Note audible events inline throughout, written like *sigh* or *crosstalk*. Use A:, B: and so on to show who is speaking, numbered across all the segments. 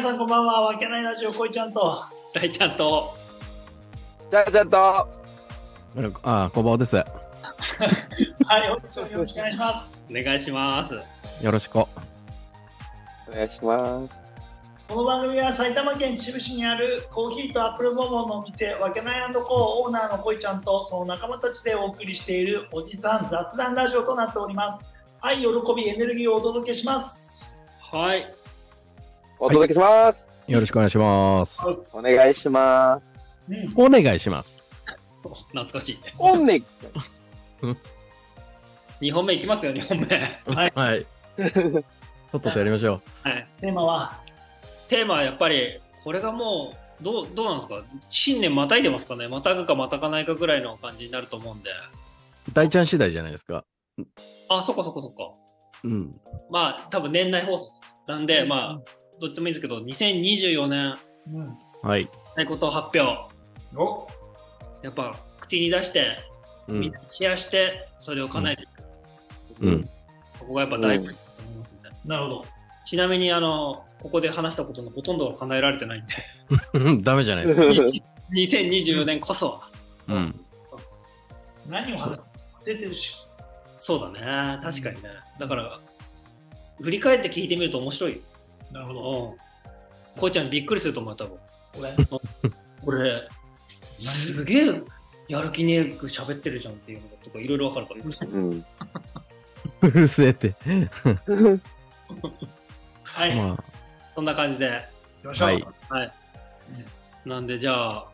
A: さんこんばんは。わけないラジオ、こいちゃんと。
B: 大ちゃんと
C: じゃあちょっと
D: あ、こんばんはです。よ
A: はい、本日もよろしくお願いします。
B: お願いします。
D: ろしく。は
C: お願いします。
A: この番組は埼玉県秩父市にあるコーヒーとアップルボンボンのお店わけないコーオーナーのこいちゃんとその仲間たちでお送りしているおじさん雑談ラジオとなっております愛喜びエネルギーをお届けします
B: はい。
C: お届けします。
D: いよろしくお願いします。
C: お願いします。
A: うん、
D: お願いします。
B: お懐かしい。
C: おねぎ。
B: 2本目いきますよ、2本目。
A: はい
D: とっととやりましょ
B: はい。
A: テーマは
B: テーマはやっぱり、これがもう、どうどうなんですか新年またいでますかねまたぐかまたかないかぐらいの感じになると思うんで。
D: う。 *laughs* 大ちゃん次第じゃないですか。
B: あ、そっかそっかそっか。
D: うん。
B: まあ、多分年内放送なんで、まあ、どっちでもいいんですけど、2024年、
A: うん
D: はい。
B: ないことを発表。
A: お
B: やっぱ、口に出して、
D: う
B: みん
D: ん
B: な。にシェアして、それを叶えていく。
D: うん。
B: そこがやっぱ大事だと思いますんで。
A: なるほど
B: ちなみに、あの、ここで話したことのほとんどは叶えられて
D: *laughs*
B: ないんで。
D: うんダメじゃないですか。
B: 2024年こそ、
D: *laughs* うん。
A: 何を話す忘れてるし
B: そうだね確かにねだから振り返って聞いてみると面白いよ
A: なるほど
B: うんこうちゃんびっくりすると思うよ多分
A: これ
B: *laughs* 俺すげえやる気ねえく喋ってるじゃんっていうのとかいろいろわかるから
C: うん。
D: うるせえって。
A: はい、行
D: *laughs* ま
B: そんな感じで
A: きましょう、
D: はい
B: はいなんでじゃあ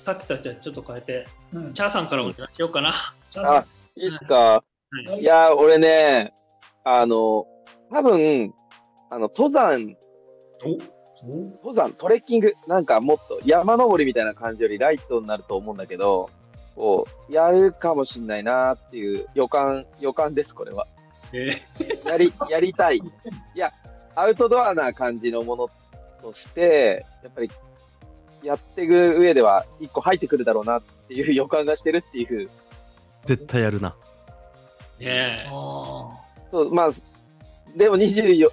B: さっきとはじゃあちょっと変えて
A: うん、
B: チャーさんからお願いしようかな
A: ちゃんと
C: あいいっすかいやー、俺ね、あの、多分、あの、登山、
A: お
C: 登山、トレッキング、なんかもっと山登りみたいな感じよりライトになると思うんだけど、こう、やるかもしんないなーっていう予感、予感です、これは。
B: え
C: やり、 *laughs* やりたい。いや、アウトドアな感じのものとして、やっぱり、やっていく上では、一個入ってくるだろうなっていう予感がしてるっていう、
D: あ、絶対やるな。
B: ー、ね
A: あ
C: そう、まあ、でも24、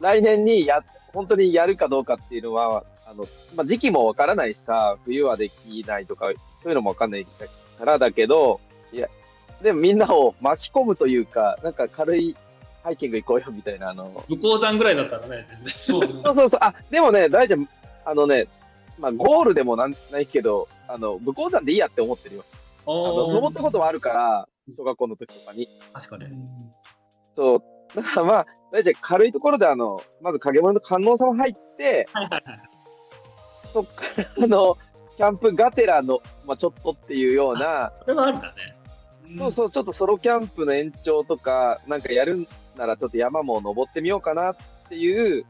C: 来年にや、本当にやるかどうかっていうのは、あの、まあ、時期もわからないしさ、冬はできないとか、そういうのもわかんないからだけど、いや、でもみんなを巻き込むというか、なんか軽いハイキング行こうよみたいな、あの、
B: え武甲山ぐらいだったらね全然そう *laughs*
C: そうそうそう。あ、でもね、大ちゃん、あのね、まあ、ゴールでもなんないけど、あの、武甲山でいいやって思ってるよ。あの、
B: お
C: 登っ
B: ー
C: たこともあるから、小学校の時とかに。
B: 確か
A: あ、
B: に
C: そう。だからまあ、大ちゃん、軽いところで、あの、まず影物の観音様入って、
B: はいはいはい
C: そっから、あの、キャンプがてらの、まあ、ちょっとっていうような、
B: それはあるだね
C: そうそう、ちょっとソロキャンプの延長とか、なんかやるなら、ちょっと山も登ってみようかなっていう、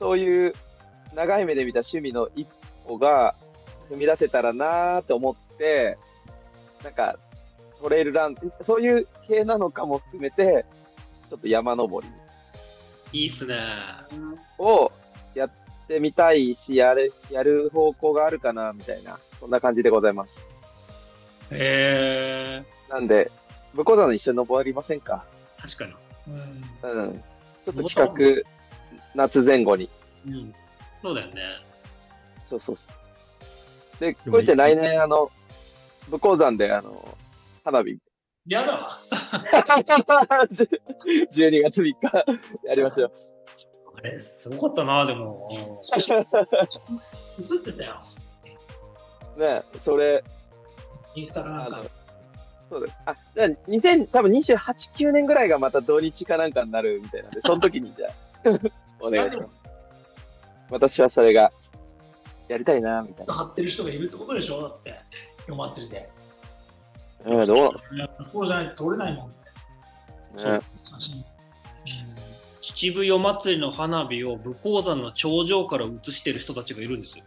C: そういう長い目で見た趣味の一歩が踏み出せたらなーと思って、なんか、トレイルラン、そういう系なのかも含めて、ちょっと山登り
B: いいっすね
C: をやってみたいし、やる、やる方向があるかな、みたいな、そんな感じでございます。
B: え
C: なんで、向こうさん一緒に登りませんか
B: ー、確かに
A: うん
C: うんちょっと企画、夏前後に。
B: うん、そうだよね。
C: そうそうそう。で、こいちゃん来年、あの、武甲山で、あの、花 *laughs* 火。
A: やだわ
C: 12月3日、やりましょう。
B: あれ、すごかったな、でも。
A: 映ってたよ
C: ね、それ、
A: インスタかなん
C: あ
A: か
C: の、そうだ。あ、じゃあ、2000、多分28、9年ぐらいがまた土日かなんかになるみたいなんで、その時に、じゃ *laughs* あ、お願いします。私はそれが、やりたいな、みたいな。
A: 張ってる人がいるってことでしょだって、夜祭りで。
C: うん、ど
A: そうじゃないと撮れないもんね。
C: うね
A: 写真。
B: 秩父夜祭りの花火を武甲山の頂上から映してる人たちがいるんですよ。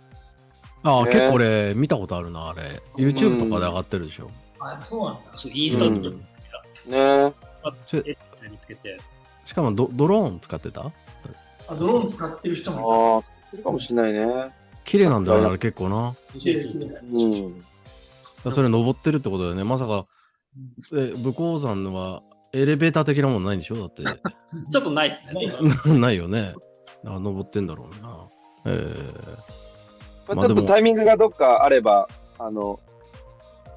D: ああ、
C: ね
D: 結構俺、見たことあるな、あれ。YouTube とかで上がってるでしょ。
A: あ、やっぱそうなんだ。
B: そうインスタ
C: うん
B: で
C: ね
B: 見つけて、
D: しかもド、ドローン使ってた
A: あ、ドローン使ってる人
C: ああ
A: も
C: ー、するかもしれないね。
D: 綺麗なんだよね、あれ結構な。
A: いた。綺麗綺麗
C: うん。
D: だからそれ登ってるってことだよね。まさか、え、武甲山はエレベーター的なものないんでしょだって。 *laughs*
B: ちょっとないですね。
A: ない
B: でも
D: ないよね。あ登ってんだろうな。えー
C: まあ、ち
D: まあ
C: ょっ
D: で
C: と
D: も
C: タイミングがどっかあれば、あの、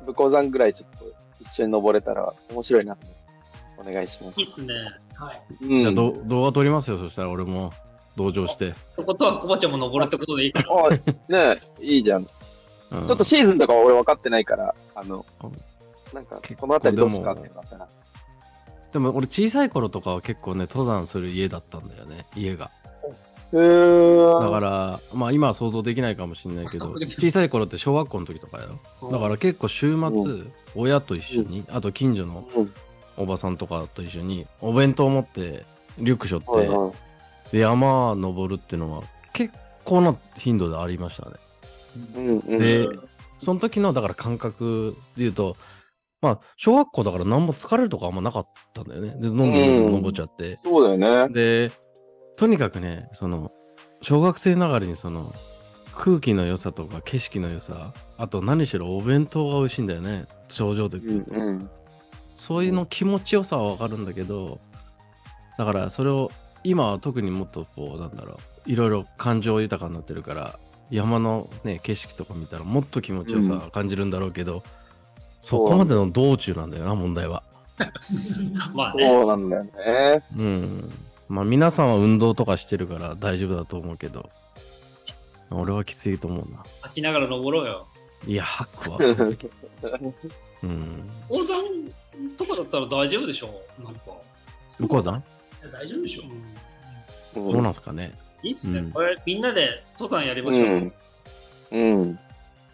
C: 武甲山ぐらいちょっと一緒に登れたら面白いなと思ってお願いします
B: いい。ですね。
A: はい。
C: う
D: じゃあ
C: ん。
D: ど動画撮りますよ、そしたら俺も同情して。
B: ってことは、コバちゃんも登るってことでいいかな。
C: あねえいいじゃん。ち
D: うん
C: ょっとシーズンとかは俺分かってないから、あの
D: うん、
C: なんか
D: 結、構
C: この辺りどうすかっていうのがあったら。
D: でも俺小さい頃とかは結構ね、登山する家だったんだよね、家が。
C: うーん。
D: だから、まあ今は想像できないかもしれないけど、
B: 想像できない
D: 小さい頃って小学校の時とかよ。だから結構週
C: う
D: 末、親と一緒に、あと近所の
C: うん、
D: おばさんとかと一緒に、お弁当を持って、リュック背負
C: はい
D: っ
C: はい
D: て、で山登るっていうのは結構な頻度でありましたね。
C: うんうん
D: で、その時のだから感覚で言うと、まあ、小学校だから何も疲れるとかあんまなかったんだよね。で、どんどんどんどん登っちゃって。
C: そうだよね。
D: で、とにかくね、その、小学生ながらにその、空気の良さとか景色の良さ、あと何しろお弁当が美味しいんだよね。頂上で
C: う
D: 食
C: ん
D: うと。
C: うん。
D: そういうの気持ちよさはわかるんだけど、だからそれを、今は特にもっとこう、なんだろう、いろいろ感情豊かになってるから、山のね、景色とか見たらもっと気持ちよさは感じるんだろうけど、そこまでの道中なんだよな、問題は。
B: まあね。
C: そうなんだよね。
D: うん。まあ皆さんは運動とかしてるから大丈夫だと思うけど、俺はきついと思うな。
B: 吐きながら登ろうよ。
D: いや、ハ *laughs* ックは。うん。
B: 高山とかだったら大丈夫でしょなんか。
D: 向こうさん
A: いや大丈夫でしょ
B: う。ん
D: どうなんすかね
B: いいっすね。
D: うん
B: これみんなで登山やりま
C: う
B: しょう。
C: ん。うん。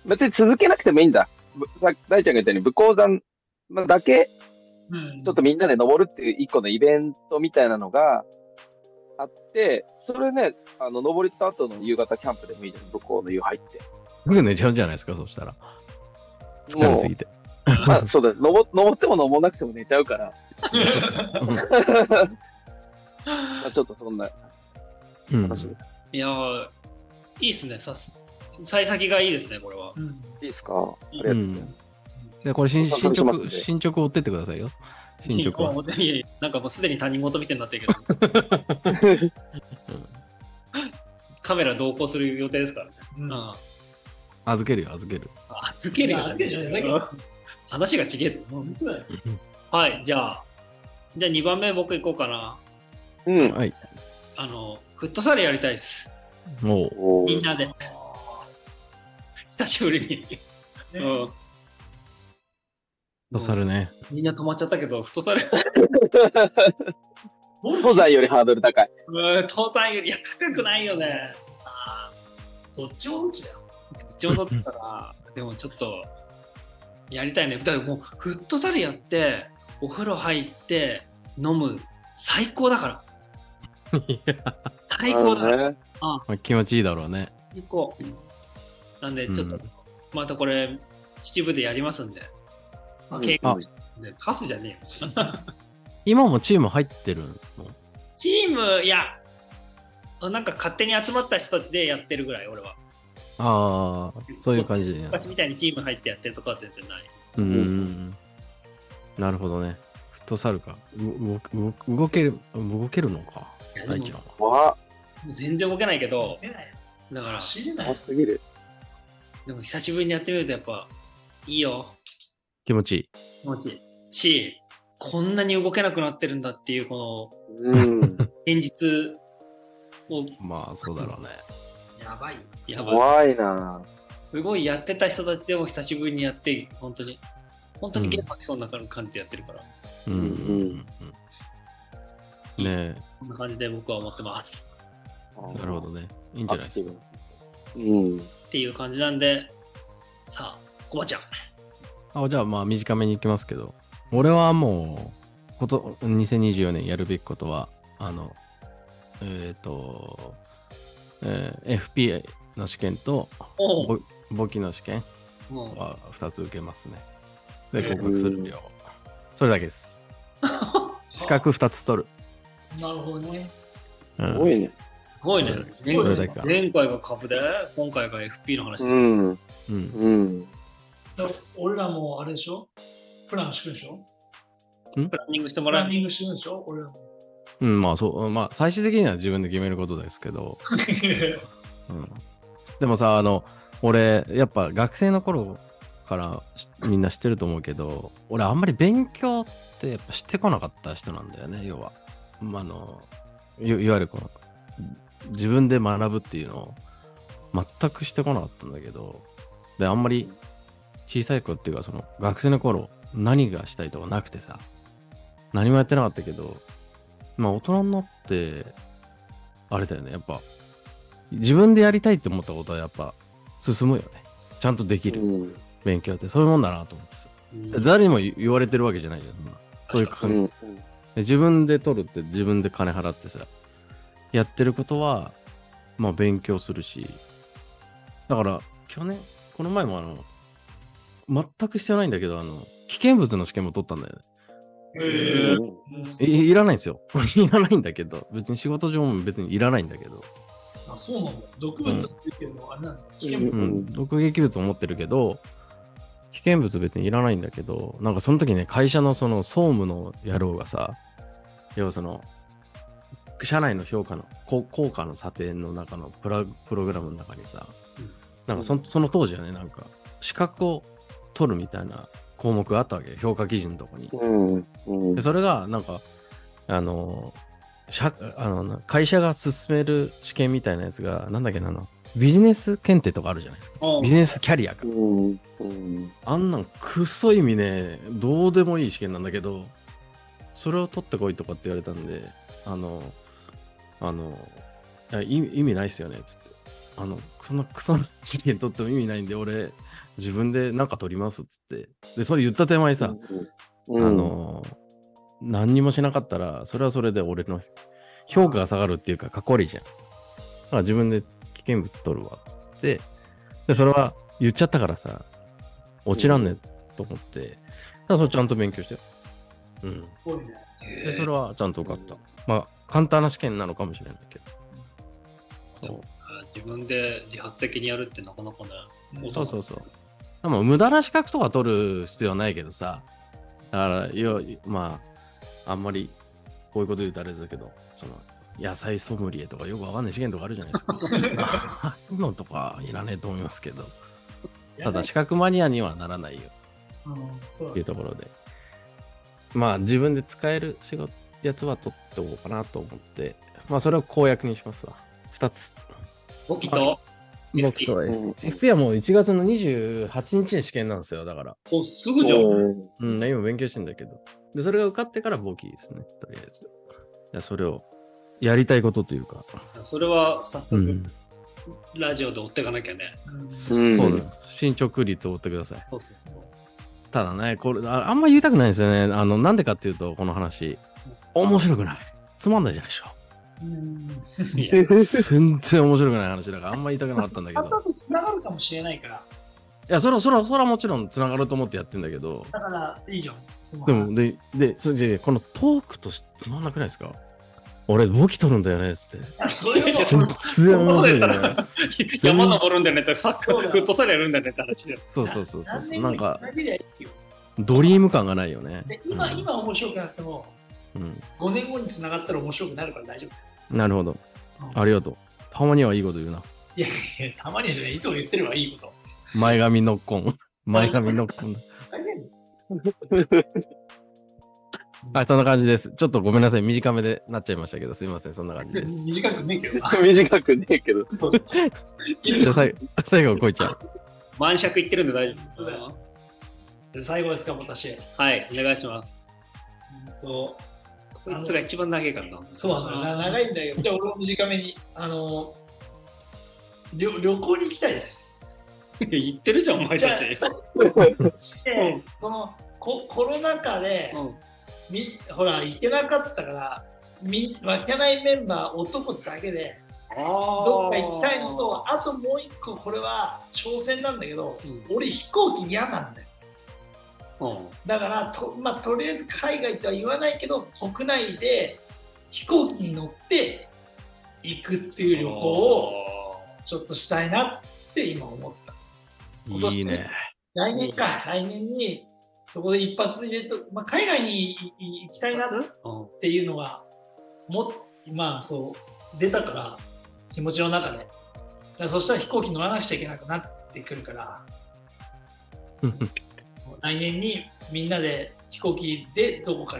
C: 別に続けなくてもいいんだ。ぶさ大ちゃんが言ったように、武甲山だけ、
A: うん
C: ちょっとみんなで登るっていう一個のイベントみたいなのがあって、それね、あの、登りた後の夕方キャンプでもいいじゃん。武甲の湯入って。
D: 僕寝ちゃうんじゃないですか、そしたら。疲れすぎて。
C: もうまあ、そうだ、登登っても登らなくても寝ちゃうから。まあちょっとそんな
D: うん
C: 楽しみ。い
B: いやー、いいっすね。さす幸先がいいですね、これは。
A: うん
C: いですかありが
D: う
C: とうございます
D: ん。でこれ進
C: お散
D: 進
C: 歩しますん
D: 捗、
C: で
D: 進捗追ってってくださいよ。進捗は。
B: いやいやなんかもうすでに他人事みたいになってるけど、
D: *laughs* うん
B: カメラ同行する予定ですからね。
A: うん
B: うん。
D: 預けるよ、預ける。
B: 預けるよじゃねえよ
A: 預けるよじゃね
B: 話が違えぞ。
A: 本当だよ
B: はい、じゃあ、じゃあ2番目僕行こうかな。
C: うん。
D: はい。
B: あの、フットサルやりたいです。
D: もう、
C: おー
B: みんなで。久しぶりに。
A: ね
B: うん。
D: とさるね。
B: みんな止まっちゃったけど、フットサル、
C: *laughs* 登山よりハードル高い。
B: うん、東山よりいや高くないよね。あーどっちもどっちだよ。どっちもどっちだから、でもちょっと、やりたいね。だからもう、フットサルやって、お風呂入って、飲む、最高だ
D: *laughs*
B: から。最高だから。
C: なるほどね。
B: あ
D: まあ気持ちいいだろうね。
B: 最高。なんで、
D: うん
B: ちょっと、またこれ、秩父でやりますんで、まあ、
C: うん
B: 計
D: あ
B: 画で、パスじゃねえよ。
D: 今もチーム入ってるの
B: チーム、いや、なんか勝手に集まった人たちでやってるぐらい、俺は。
D: ああ、そういう感じね。
B: 昔みたいにチーム入ってやってるとかは全然ない。
D: うんうんうん。なるほどね。フットサルか。う動く動く動ける、動けるのか
B: いや。で
D: 大
B: も
D: ちゃんは。
C: わ
B: もう全然動けないけど、
A: 出ない
B: だから、
A: 走れ
C: あ、
A: ない
C: 怖すぎる。
B: でも久しぶりにやってみると、やっぱ、いいよ、
D: 気持ちいい。
B: 気持ちいい。し、こんなに動けなくなってるんだっていう、こ
D: *laughs*
C: うん。
B: の、現実を、
D: まあ、そうだろうね。
A: やばいよ
B: やばい。
C: 怖いな
B: すごいやってた人たちでも久しぶりにやって、本当に、本当にゲーム吐きそうな感じでやってるから、
D: うんうんうんうん。ね
B: そんな感じで僕は思ってます。
D: え、なるほどね。いいんじゃないですか。
C: うん。
B: っていう感じなんで、さあ、コバちゃん。
D: あじゃあ、まあ、短めに行きますけど。俺はもう、こと、2024年やるべきことは、あの、えっ、と、えー FPA の試験と、
B: おう
D: ぼ簿記の試験。
B: もう
D: は2つ受けますね。で、合格するよ。それだけです。資格2つ取る。
A: なるほどね
D: うん
C: すごいね。
B: すごいね
D: うん。
B: 前
A: これ
D: だけ
B: 回
D: か
B: 前回が株で、今回が FP の話です。
C: うん。
D: うん
C: うん。
A: だから俺らもあれでしょプランしてるでしょ
B: プランニングしても
A: プ
B: ら
A: ラ
B: う
A: ン。ニングしてるでしょ俺らも
D: うん、まあそう、まあ最終的には自分で決めることですけど、うん、でもさあの俺やっぱ学生の頃からしみんな知ってると思うけど俺あんまり勉強ってやっぱしてこなかった人なんだよね要は、まあ、あのいいわゆるこの自分で学ぶっていうのを全くしてこなかったんだけどであんまり小さい子っていうかその学生の頃何がしたいとかなくてさ何もやってなかったけどまあ大人になってあれだよねやっぱ自分でやりたいって思ったことはやっぱ進むよねちゃんとできる、
C: うん
D: 勉強ってそういうもんだなと思ってさ、
B: うん
D: 誰にも言言われてるわけじゃないじゃんそんなそういう
C: う
D: 感じ、
C: ん
D: 自分で取るって自分で金払ってさやってることはまあ勉強するしだから去年この前もあの全くしてないんだけどあの危険物の試験も取ったんだよね
B: へえ
D: いいらないんですよ *laughs* いらないんだけど別に仕事上も別にいらないんだけど
A: あそうなんだ毒物っていうけど、あれなんだ危険
C: うん
A: 物
D: うん、毒劇物を持ってるけど、危険物別にいらないんだけど、なんかその時ね、会社のその総務の野郎がさ、要はその、社内の評価の、こ効果の査定の中のプラプログラムの中にさ
B: うん、
D: なんかそのその当時はね、なんか、資格を取るみたいな項目があったわけよ、評価基準のとこに。
C: うんうん
D: でそれがなんかあの社あのな会社が進める試験みたいなやつがなんだっけなあのビジネス検定とかあるじゃないですか
B: あ
D: ビジネスキャリアか
C: うんうん
D: あんなんくっそ意味ねどうでもいい試験なんだけどそれを取ってこいとかって言われたんであのあのいや意味意味ないっすよねっつってあのそんなクソな試験取っても意味ないんで俺自分でなんか取りますっつってでそれ言った手前さ、
C: うん
D: あの何にもしなかったらそれはそれで俺の評価が下がるっていうかかっこ悪いじゃんだから自分で危険物取るわっつってでそれは言っちゃったからさ落ちらんねと思ってだからそれちゃんと勉強してうん
A: 多いね
D: でそれ
B: れ
D: はちゃんと受かったまあ簡単な試験なのかもしれないけどそう
B: 自分で自発的にやるってなかなかね
D: そうそうそう。でも無駄な資格とか取る必要はないけどさ。だから、よまあ、あんまりこういうこと言うとあれだけど、その、野菜ソムリエとかよくわかんない試験とかあるじゃないですか。 *laughs* ああいうのとかいらねえと思いますけど、ただ資格マニアにはならないよ
A: うんそうだ
D: っていうところで、まあ自分で使える仕事、やつは取っておこうかなと思って、まあそれを公約にしますわ。2つ。
B: 簿記と
D: 僕と
C: う
D: F-
C: ん
D: FP はもう1月の28日に試験なんですよ、だから。
B: おすぐじゃん
C: うん
D: うん、今勉強してんだけど。で、それが受かってから簿記ですね、とりあえず。いや、それを、やりたいことというか。
B: それは早
D: う
B: 速
D: ん。
B: ラジオで追っていかなきゃね
A: うん
D: そうなんです。進捗率を追ってください。
B: そうそうそう
D: ただね、これ、ああんま言いたくないんですよね。あの、なんでかっていうと、この話。面白くない。つまんないじゃないでしょ。
A: うん
B: いや
D: 全然面白くない話だから、あんま言いたくなかったんだけど。 *laughs*
A: 後とつながるかもしれないから
D: いや、そらそらそらもちろん繋がると思ってやってんだけど。
A: だからいいよすま
D: で
A: ん
D: も、で、で、それでこのトークとしてつまんなくないですか俺、簿記取るんだよね、つって。
A: あそれ
B: いや
A: は
D: 全然面白いじゃない。
B: 山登るんだよねってさっき
A: そうだ
B: フットサルやるんだよねって話で
D: そうそうそうそう
A: 何
D: そう。
A: 年
D: な
A: 後
D: ん
A: につな
D: か、
A: げりゃいいよ
D: ドリーム感がないよね。
A: で今今面白くなっても
D: うん。
A: 5年後につながったら面白くなるから大丈
D: なるほど。
A: 夫
D: ありがとう。たまにはいいこと言うな。
A: いやいやたまにじゃないいつも言ってればいいこと
D: 前髪ノッ
A: *laughs*
D: コン。前髪ノッコン。
A: 大丈夫
D: はい、そんな感じです。ちょっとごめんなさい。短めでなっちゃいましたけど、すいません。そんな感じです。
A: 短くねえけど
D: *laughs*
A: な
C: 短くねえけど。
D: じゃあ最後、最後、こいちゃん。
B: 満尺いってるんで大丈夫ですか
A: 最後ですか私う
B: はいお願いします
A: んと
B: こいつが一番長いからな
A: そうなのな長いんだよじゃあ俺も短めにあの旅旅行に行きたいです
B: 言ってるじゃんお前
A: じ
B: た
A: ゃあ
B: ち
A: さっき
B: うん
A: そのココロナ禍で、
B: うん
A: みほら行けなかったからみわけないメンバー男だけでど
B: ど
A: っか行きたいのとあともう一個これは挑戦なんだけど、俺飛行機嫌なんだよだからと,、まあ、とりあえず海外とは言わないけど国内で飛行機に乗って行くっていう旅行をちょっとしたいなって今思った
D: いいね。
A: 来年か来年にそこで一発入れと、まあ、海外にいい行きたいなってっていうのがもまあそう出たから気持ちの中でからそしたら飛行機乗らなくちゃいけなくなってくるから、来年にみんなで飛行機でどこか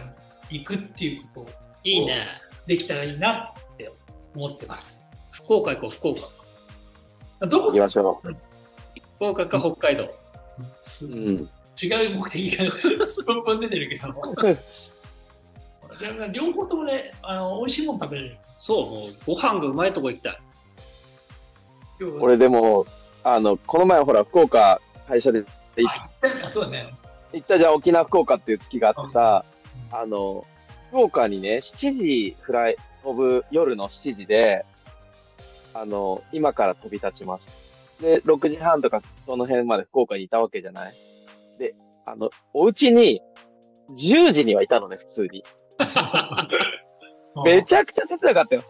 A: に行くっていうことを
B: いいね。
A: できたらいいなって思ってます。
B: 福岡行こう、福岡。
A: どこ
C: 行きましょ
B: 福岡か北海道。
A: す
C: う。
A: 違
C: うん。
A: う目的が *laughs* 数分出てるけど。でも両方ともね、あの美味しいもの食べれる。
B: そう、もうご飯がうまいとこ行きたい。
A: 今日
C: 俺でも、あの、この前ほら、福岡会社で
A: あ行ったあそうだね。
C: 行ったじゃん、沖縄福岡っていう月があってさ、あの、福岡にね、7時フライ、飛ぶ夜の7時で、あの、今から飛び立ちます。で、6時半とかその辺まで福岡にいたわけじゃないで、あの、お家に10時にはいたのね、普通に。めちゃくちゃ切なかったよ。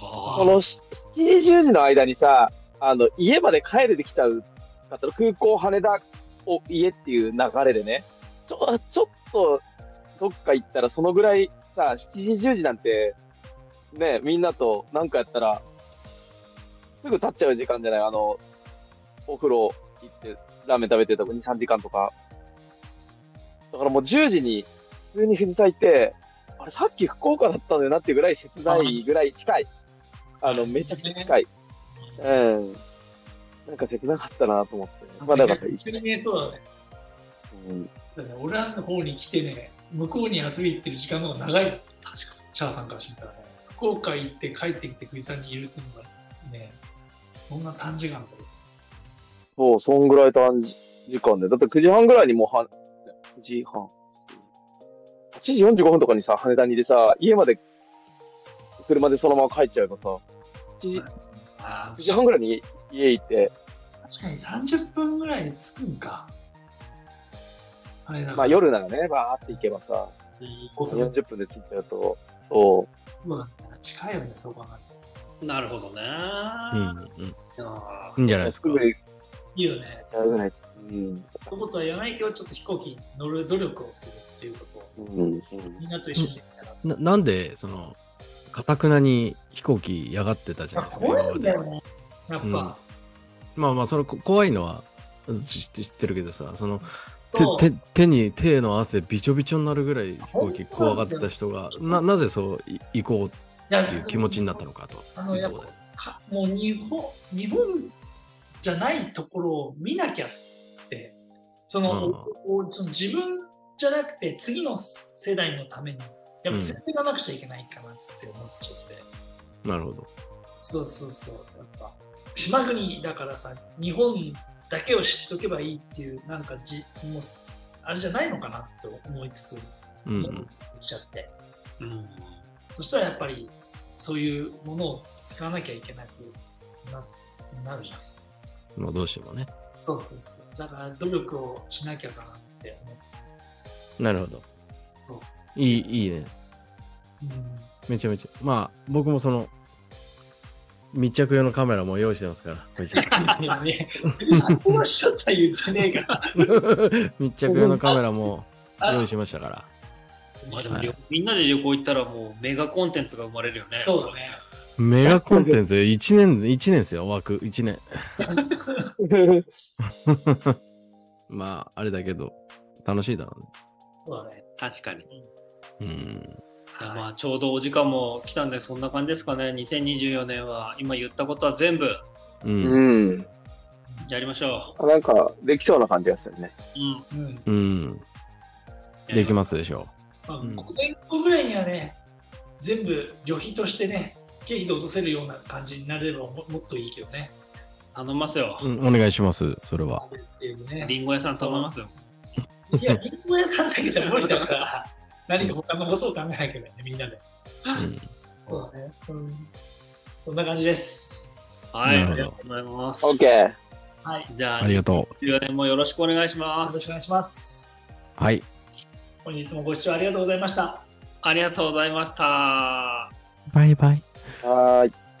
C: こ
B: は
C: の7時10時の間にさ、あの、家まで帰れてきちゃうかったら、空港羽田を家っていう流れでね、ちょちょっとどっか行ったら、そのぐらいさ、7時10時なんて、ね、みんなとなんかやったら、すぐ経っちゃう時間じゃない、あの、お風呂行って、ラーメン食べてるとこ2、3時間とか。だからもう10時に、普通に藤沢行って、あれ、さっき福岡だったんだよなっていうぐらい切ないぐらい近い。あの、めちゃくちゃ近い。うん。なんか切なかったなと思って。まあだからいい
A: 一緒にね、そうだね。
C: うん
A: だから俺らの方に来てね、向こうに遊び行ってる時間の方が長い。確かに。チャーさんからしてみたらね。福岡行って帰ってきて藤さんにいるっていうのがね、そんな短時間だけど
C: そう、そんぐらい短時間で。だって9時半ぐらいにもうは、9時半。8時45分とかにさ、羽田にいてさ、家まで、車でそのまま帰っちゃえばさ、7時、9
A: あ
C: 時半ぐらいに家行って、
A: 確かに30分ぐらいで着くんか。あれだ
C: まあ夜ならね、バーって行けばさ、
A: 大阪
C: 40分で着いちゃうと、
A: そ
C: そ、
A: うだね近いよね、そう考えると。
B: い。なるほどね。
D: うんうん
B: いやー
D: いいんじゃないうですすか
C: ぐ。行っ
A: いいよね。
C: ちゃうぐらい。うん。
A: そういうことは言わないけど、ちょっと飛行機に乗る努力をするっていうことを、
C: うん。
A: みんなと一緒にできたら。
D: ななんで、その、かたくなに飛行機嫌がってたじゃないですか、
A: 怖
D: 今
A: い
D: ま
A: んだ
D: で
A: よ。ね。やっぱ、
D: うんまあまあ、そのこ怖いのは知知ってるけどさ、その
A: そう
D: 手手手に手の汗びちょびちょになるぐらい飛行機怖がってた人が、
A: 本当なんだ
D: な
A: よ
D: なぜそうい行こう
A: や
D: っていう気持ちになったのかと。
A: あのやっぱかもう日本日本じゃないところを見なきゃってその,
D: うん
A: お、おその自分じゃなくて次の世代のためにやっぱ設定がなくちゃいけないかなって思っちゃって、
D: なるほど。
A: そうそうそうやっぱ島国だからさ日本だけを知っとけばいいっていうなんかじもうあれじゃないのかなって思いつつ
D: うんうん、
A: 来ちゃって。
B: うん
A: そしたらやっぱりそういうものを使わなきゃいけなくななるじゃん。
D: まあどうしてもね。
A: そうそうそう。だから努力をしなきゃかなって思って。
D: なるほど。
A: そう。
D: いい、いいね。
A: *laughs* うん、
D: めちゃめちゃ。まあ、僕もその、密着用のカメラも用意してま
A: *laughs*
D: すから。これじゃ
A: いやね、何をしちゃった言ってねえから。
D: 密着用のカメラも
A: あ
D: 用意しましたから。
B: まあでも旅、みんなで旅行行ったらもうメガコンテンツが生まれるよね。
A: そうだね。
D: メガコンテンツ1年、一年ですよ、枠、1年。まあ、あれだけど、楽しいだろ
A: そうだね。
B: 確かに。
D: うね。うん。
B: さあまあちょうどお時間も来たんでそんな感じですかね。2024年は今言ったことは全部
D: うん。
C: うん。
B: やりましょ
C: なんか、できそうな感じがするね。
B: う。うん
A: うん。
D: うん。できますでしょ
A: まあ、
D: うん
A: 5年後ぐらいにはね、全部旅費としてね、経費で落とせるような感じになれればももっといいけどね。
B: 頼ますよ
D: う。。うん、お願いします、それは。
A: っていうね。
B: リンゴ屋さん頼ますよ。
A: いや、リンゴ屋さんだけじゃ無理だ *laughs* から、何か他のことを考えなきゃいけないね、みんなで。
D: うん
A: そうだね。うん。そんな感じです。
B: はい。
D: なる
B: あ
D: ほ
B: りがと
D: ど
B: うございます。
C: オッケー。
A: はい。
B: じゃあ、
D: ありがと
B: 2024年もよろしくお願いしま
A: よ
B: す
A: ろ。しくお願いします。
D: う。はい。
A: 本日もご視聴ありがとうございました。
B: ありがとうございました。
D: バイバイ。
C: はーい。